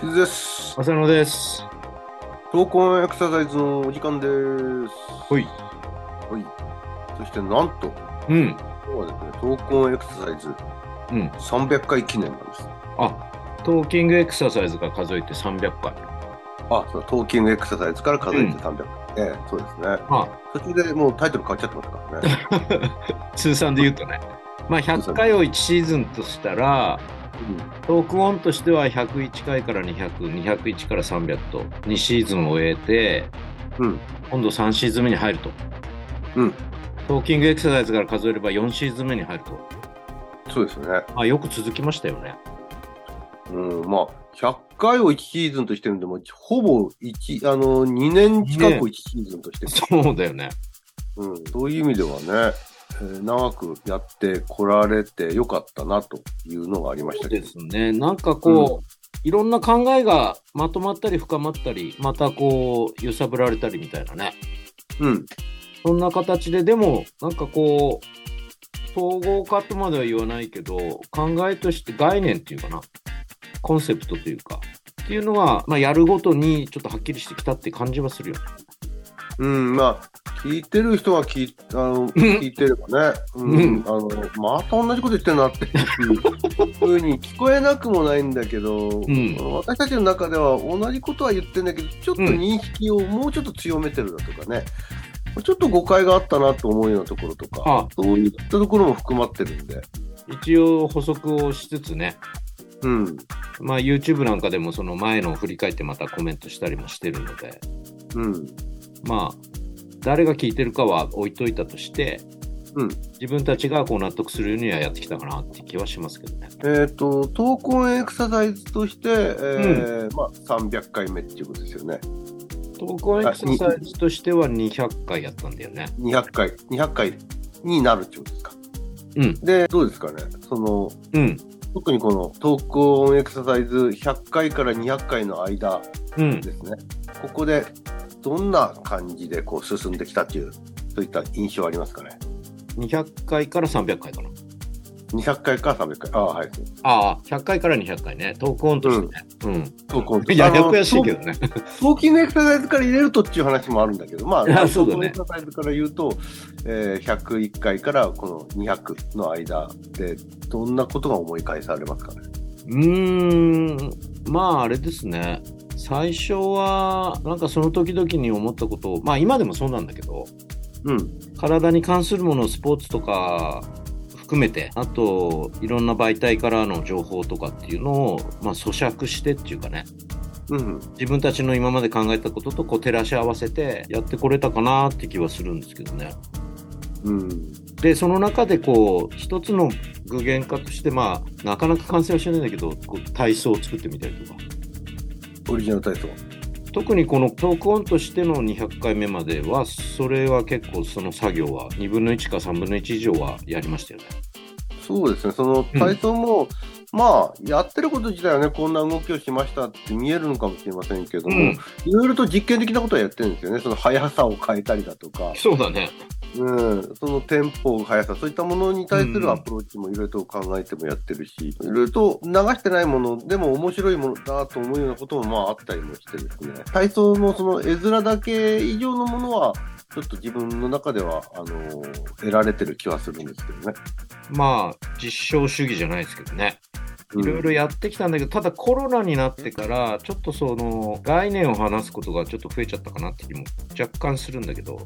ズです。浅野です。闘魂エクササイズのお時間です。ほい。はい。そしてなんと、うん。今日はですね、闘魂エクササイズうん。 300回記念なんです。あ、トーキングエクササイズが数えて300回。あ、そうトーキングエクササイズから数えて300回。ええ、そうですね。ま途中でもうタイトル変わっちゃってますから ね。あ、 通算で言うとね。まあ、100回を1シーズンとしたら、トークオンとしては101回から200、201から300と2シーズンを終えて、うん今度3シーズン目に入ると。うんトーキングエクササイズから数えれば4シーズン目に入ると。うん、そうですね。まあ、よく続きましたよね。うん、まあ、100回を1シーズンとしてるんで、もうほぼ1、あの、2年近くを1シーズンとしてる。そうだよね。うん、そういう意味ではね、えー長くやってこられてよかったなというのがありましそたうけでど。すね。なんかこう、いろんな考えがまとまったり深まったり、またこう、揺さぶられたりみたいなね。うん、そんな形で、でも、なんかこう、統合化とまでは言わないけど、考えとして概念っていうかな、コンセプトというか、っていうのが、まあ、やるごとにちょっとはっきりしてきたって感じはするよね。うん、まあ、聞いてる人は聞いあ の聞いてればね、うんうんあの、また同じこと言ってるな っていうふうに聞こえなくもないんだけど、ん私たちの中では同じことは言ってんだけど、ちょっと認識をもうちょっと強めてるだとかね、ちょっと誤解があったなと思うようなところとか、あそういったところも含まってるんで、一応補足をしつつね、うん、まあ、YouTube なんかでもその前のを振り返ってまたコメントしたりもしてるので、うん、まあ、誰が聞いてるかは置いといたとして、うん自分たちがこう納得するにはやってきたかなって気はしますけどね。えっ、と、闘魂エクササイズとして、えーまあ、300回目っていうことですよね。投稿エクササイズとしては200回やったんだよね。 200回、200回になるってことですか。うん、で、どうですかね、その、うん、特にこの闘魂エクササイズ100回から200回の間うん。ですね、ここでどんな感じでこう進んできたっていう、そういった印象ありますかね。 200回から300回かな。 200回か300回。ああ、はい。ああ、100回から200回ね。投稿オンとしてね。うん。闘魂いや、ややこしいけどね。ウォーキングエクササイズから入れるとっていう話もあるんだけど、まあ、いやそうだねウォーキングエクササイズから言うと、えー101回からこの200の間で、どんなことが思い返されますかね。うーん、まああれですね。最初は、なんかその時々に思ったことを、まあ今でもそうなんだけど、うん。体に関するものスポーツとか含めてあといろんな媒体からの情報とかっていうのを、まあ、咀嚼してっていうかねうん。自分たちの今まで考えたこととこう照らし合わせてやってこれたかなって気はするんですけどねうん。でその中でこう一つの具現化としてまあなかなか完成はしないんだけどこう体操を作ってみたりとかオリジナル体操。特にこのトークオンとしての200回目まではそれは結構その作業は2分の1か3分の1以上はやりましたよねそうですね。その体操も、まあ、やってること自体はね、こんな動きをしましたって見えるのかもしれませんけども、うんいろいろと実験的なことはやってるんですよね。その速さを変えたりだとか。そうだねうん、そのテンポ、速さ、そういったものに対するアプローチもいろいろと考えてもやってるし、いろいろと流してないものでも面白いものだと思うようなこともまああったりもしてですね、体操のその絵面だけ以上のものは、ちょっと自分の中では、あの得られてる気はするんですけどね。まあ、実証主義じゃないですけどね。いろろ。いろやってきたんだけど、ただコロナになってから、ちょっとその、概念を話すことがちょっと増えちゃったかなって気も若干するんだけど、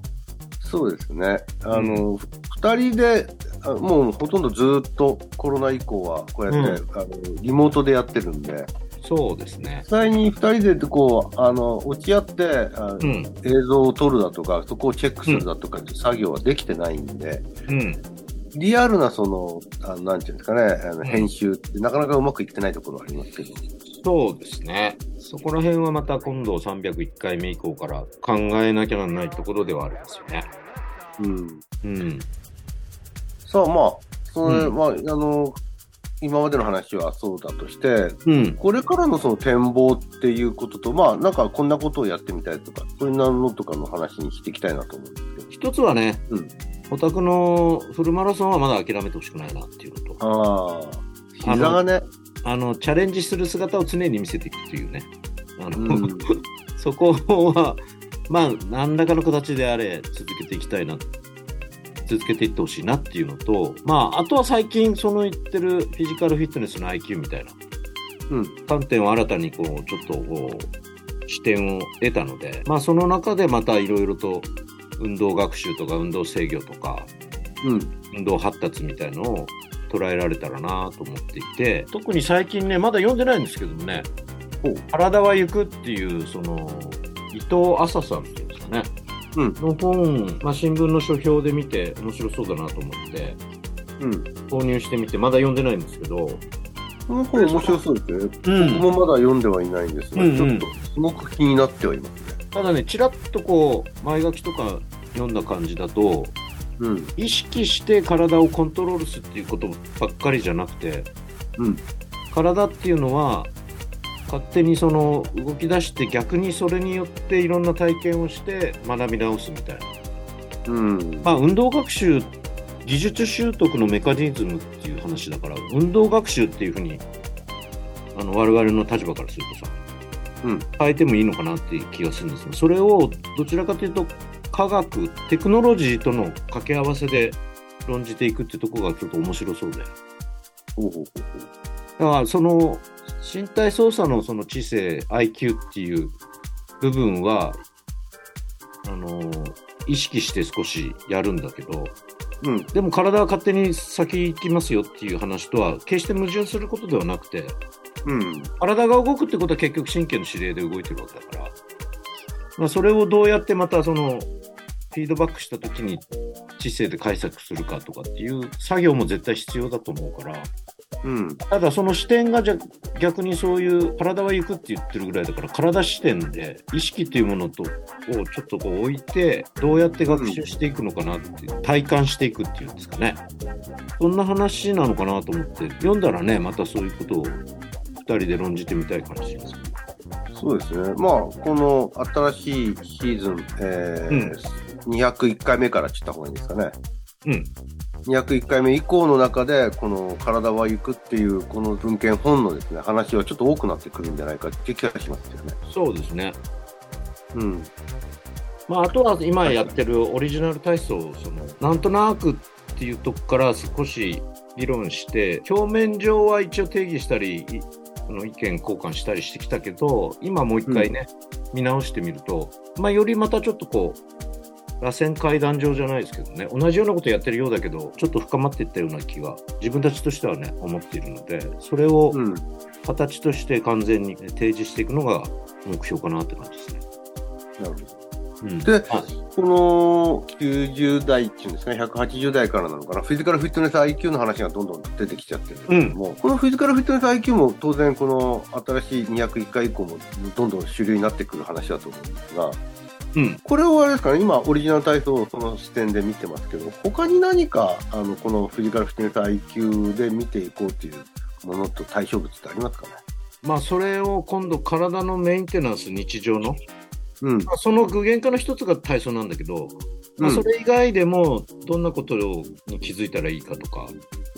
そうですね。あうの、二、人で、あもうほとんどずっとコロナ以降は、こうやって、あの、リモートでやってるんで、そうですね実。際に二人でこう、あの、落ち合って、あのうん、映像を撮るだとか、そこをチェックするだとかっていう作業はできてないんで、うん、リアルなその、あのなんていうんですかね、あのん編集ってなかなかうまくいってないところはありますけど。そうですね。そこら辺はまた今度301回目以降から考えなきゃならないところではありますよね。うん。うん。さあまあ、それ、うんまあ、あの、今までの話はそうだとして、うん。これからのその展望っていうことと、まあ、なんかこんなことをやってみたいとか、そういうのとかの話にしていきたいなと思うんですけど。一つはね、うんお宅のフルマラソンはまだ諦めてほしくないなっていうのと、ああ、膝がね、あのチャレンジする姿を常に見せていくというね、あのうんそこは、まあ、何らかの形であれ、続けていきたいな、続けていってほしいなっていうのと、まあ、あとは最近、その言ってるフィジカルフィットネスの IQ みたいなうん観点を新たにこうちょっとこう視点を得たので、まあ、その中でまたいろいろと運動学習とか運動制御とかうん運動発達みたいのを捉えられたらなと思っていて特に最近ねまだ読んでないんですけどもねほう「体は行く」っていうその伊藤浅さんっていうんですかね、うんの本、まあ、新聞の書評で見て面白そうだなと思ってうん購入してみてまだ読んでないんですけど、この本面白そうですね。う僕もまだ読んではいないんですが、うんうんちょっとすごく気になってはいますね。ただねちらっとこう前書きとか読んだ感じだとうん。意識して体をコントロールするっていうことばっかりじゃなくて、うん体っていうのは勝手にその動き出して逆にそれによっていろんな体験をして学び直すみたいな、うん。まあ、運動学習技術習得のメカニズムっていう話だから運動学習っていうふうにあの我々の立場からするとさ、うん変えてもいいのかなっていう気がするんですがそれをどちらかというと科学テクノロジーとの掛け合わせで論じていくってところがちょっと面白そうでほうほうほだからその身体操作のその知性 IQ っていう部分はあの意識して少しやるんだけどううん。でも体は勝手に先行きますよっていう話とは決して矛盾することではなくてうん。体が動くってことは結局神経の指令で動いてるわけだから、まあ、それをどうやってまたそのフィードバックした時に知性で解釈するかとかっていう作業も絶対必要だと思うからうん。ただその視点がじゃ逆にそういう体は行くって言ってるぐらいだから体視点で意識というものとをちょっとこう置いてどうやって学習していくのかなっていう体感していくっていうんですかねそんな話なのかなと思って読んだらねまたそういうことを2人で論じてみたい感じです。そうですね。まあ、この新しいシーズン、えー201回目からちった方がいいんですかね。うん、 201回目以降の中で、この体は行くっていう、この文献本のですね、話はちょっと多くなってくるんじゃないかっていう気がしますよね。そうですね、うん。まあ、あとは今やってるオリジナル体操をそのなんとなくっていうとこから少し議論して表面上は一応定義したりいあの意見交換したりしてきたけど今もう一回ね、見直してみると、まあ、よりまたちょっとこう螺旋階段上じゃないですけどね同じようなことやってるようだけどちょっと深まっていったような気が自分たちとしてはね思っているのでそれをうん。形として完全に提示していくのが目標かなって感じですね。なるほど。うんであこの90代っていうんですかね、180代からなのかな、フィジカルフィットネス IQ の話がどんどん出てきちゃってるんですけども、このフィジカルフィットネス IQ も当然、この新しい201回以降もどんどん主流になってくる話だと思うんですが、うんこれをあれですかね、今、オリジナル体操をその視点で見てますけど、他に何かあのこのフィジカルフィットネス IQ で見ていこうというものと対象物ってありますかね。まあ、それを今度、体のメンテナンス、日常の、うん、まあ、その具現化の一つが体操なんだけど、まあ、うんそれ以外でも、どんなことに気づいたらいいかとか、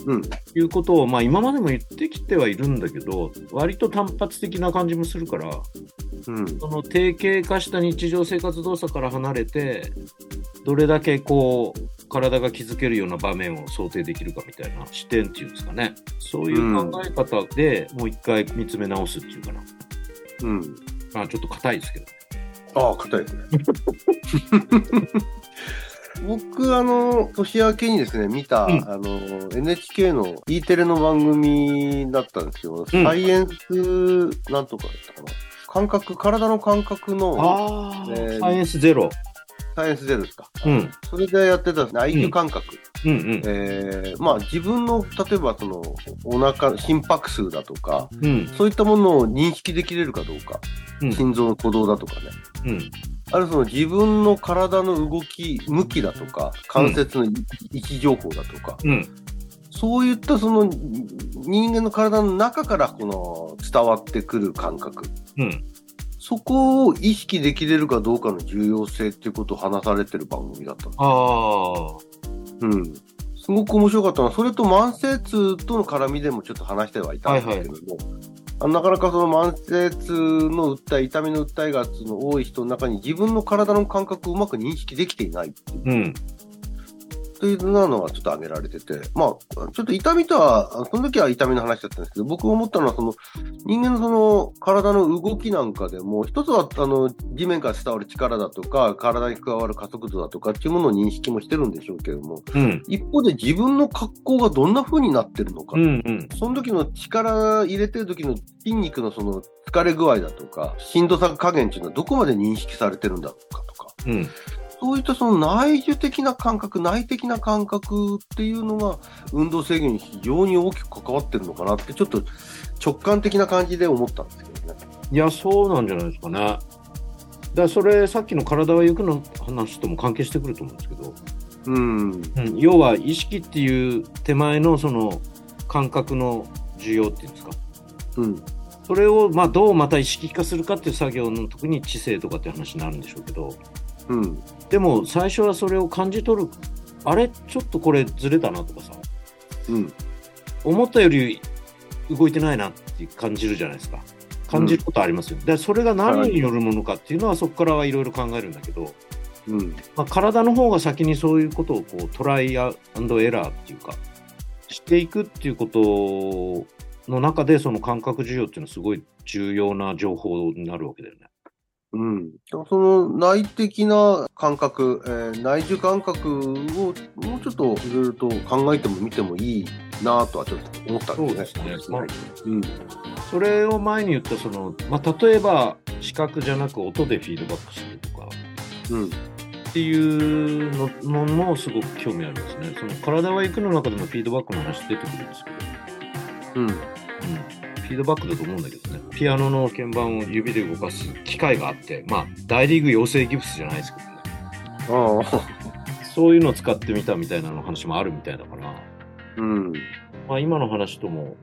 うん、いうことを、まあ、今までも言ってきてはいるんだけど、割と単発的な感じもするから、うん、その定型化した日常生活動作から離れて、どれだけこう、体が気づけるような場面を想定できるかみたいな視点っていうんですかね。そういう考え方でもう一回見つめ直すっていうかな。うん。まあ、ちょっと硬いですけど。ああ、硬い ですね。僕、あの、年明けにですね、見た、うんあの、NHK の E テレの番組だったんですよ。うんサイエンス、なんとかだったかな。感覚、体の感覚の、ああ、えーサイエンスゼロ。サイエンスゼロですか。うん。それでやってたんですね、う IQ ん感覚。うんうん。えーまあ自分の、例えばその、お腹、心拍数だとか、うん。そういったものを認識できれるかどうか、うん心臓の鼓動だとかね。うん。あるその自分の体の動き、向きだとか、関節のい位置情報だとか、うん。そういったそのに人間の体の中からこの伝わってくる感覚、うん。そこを意識できれるかどうかの重要性っていうことを話されてる番組だったの。ああ。うん。すごく面白かったのは、それと慢性痛との絡みでもちょっと話してはいたんですけども、あのなかなかその慢性痛の訴え、痛みの訴えがその多い人の中に自分の体の感覚をうまく認識できていないっていううん。というのがちょっと挙げられてて、まあ、ちょっと痛みとは、その時は痛みの話だったんですけど、僕思ったのは、その、人間のその、体の動きなんかでも、一つは、あの、地面から伝わる力だとか、体に加わる加速度だとかっていうものを認識もしてるんでしょうけれども、うん。一方で自分の格好がどんな風になってるのか、うん。うん。その時の力入れてる時の筋肉のその疲れ具合だとか、しんどさ加減っていうのはどこまで認識されてるんだろうかとか、うん。そういったその内需的な感覚、内的な感覚っていうのが、運動制限に非常に大きく関わってるのかなって、ちょっと直感的な感じで思ったんですけどね。いや、そうなんじゃないですかね。だからそれ、さっきの体は行くの話とも関係してくると思うんですけど、うん。うん、要は意識っていう手前のその感覚の需要っていうんですか、うん。それをまあどうまた意識化するかっていう作業の特に知性とかっていう話になるんでしょうけど、うん。でも最初はそれを感じ取る、あれ、ちょっとこれずれたなとかさ、うん。思ったより動いてないなって感じるじゃないですか。感じることありますよ、ねでそれが何によるものかっていうのはそこからはいろいろ考えるんだけど、うん。まあ、体の方が先にそういうことをこうトライアンドエラーっていうかしていくっていうことの中でその感覚需要っていうのはすごい重要な情報になるわけだよね。うん、その内的な感覚、えー内需感覚をもうちょっといろいろと考えても見てもいいなとはちょっと思ったんですね。そうですねまあうん。それを前に言ったその、まあ、例えば視覚じゃなく音でフィードバックするとかうん。っていうののもすごく興味ありますね。その体は行くの中でもフィードバックの話出てくるんですけど、うん。うん、フィードバックだと思うんだけどねピアノの鍵盤を指で動かす機会があってまあ大リーグ養成ギプスじゃないですけどねああ。そういうのを使ってみたみたいなの話もあるみたいだから、うん。まあ、今の話とも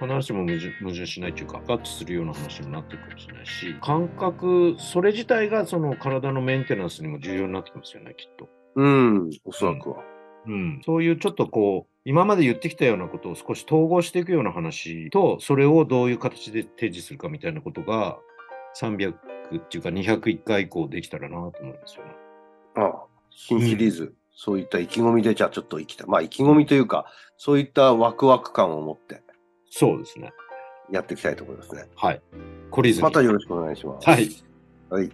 必ずしも矛盾矛盾しないというか合致するような話にもなってくるかもしれないし感覚それ自体がその体のメンテナンスにも重要になってきますよねきっと、うん。おそらくは。うん、そういうちょっとこう今まで言ってきたようなことを少し統合していくような話とそれをどういう形で提示するかみたいなことが300っていうか201回以降できたらなと思うんですよね。ああ新シリーズ、そういった意気込みで、じゃあちょっと生きた。まあ、意気込みというか、そういったワクワク感を持ってそうですね。やっていきたいと思いますね。はい。懲りずに。またよろしくお願いします。はい。はい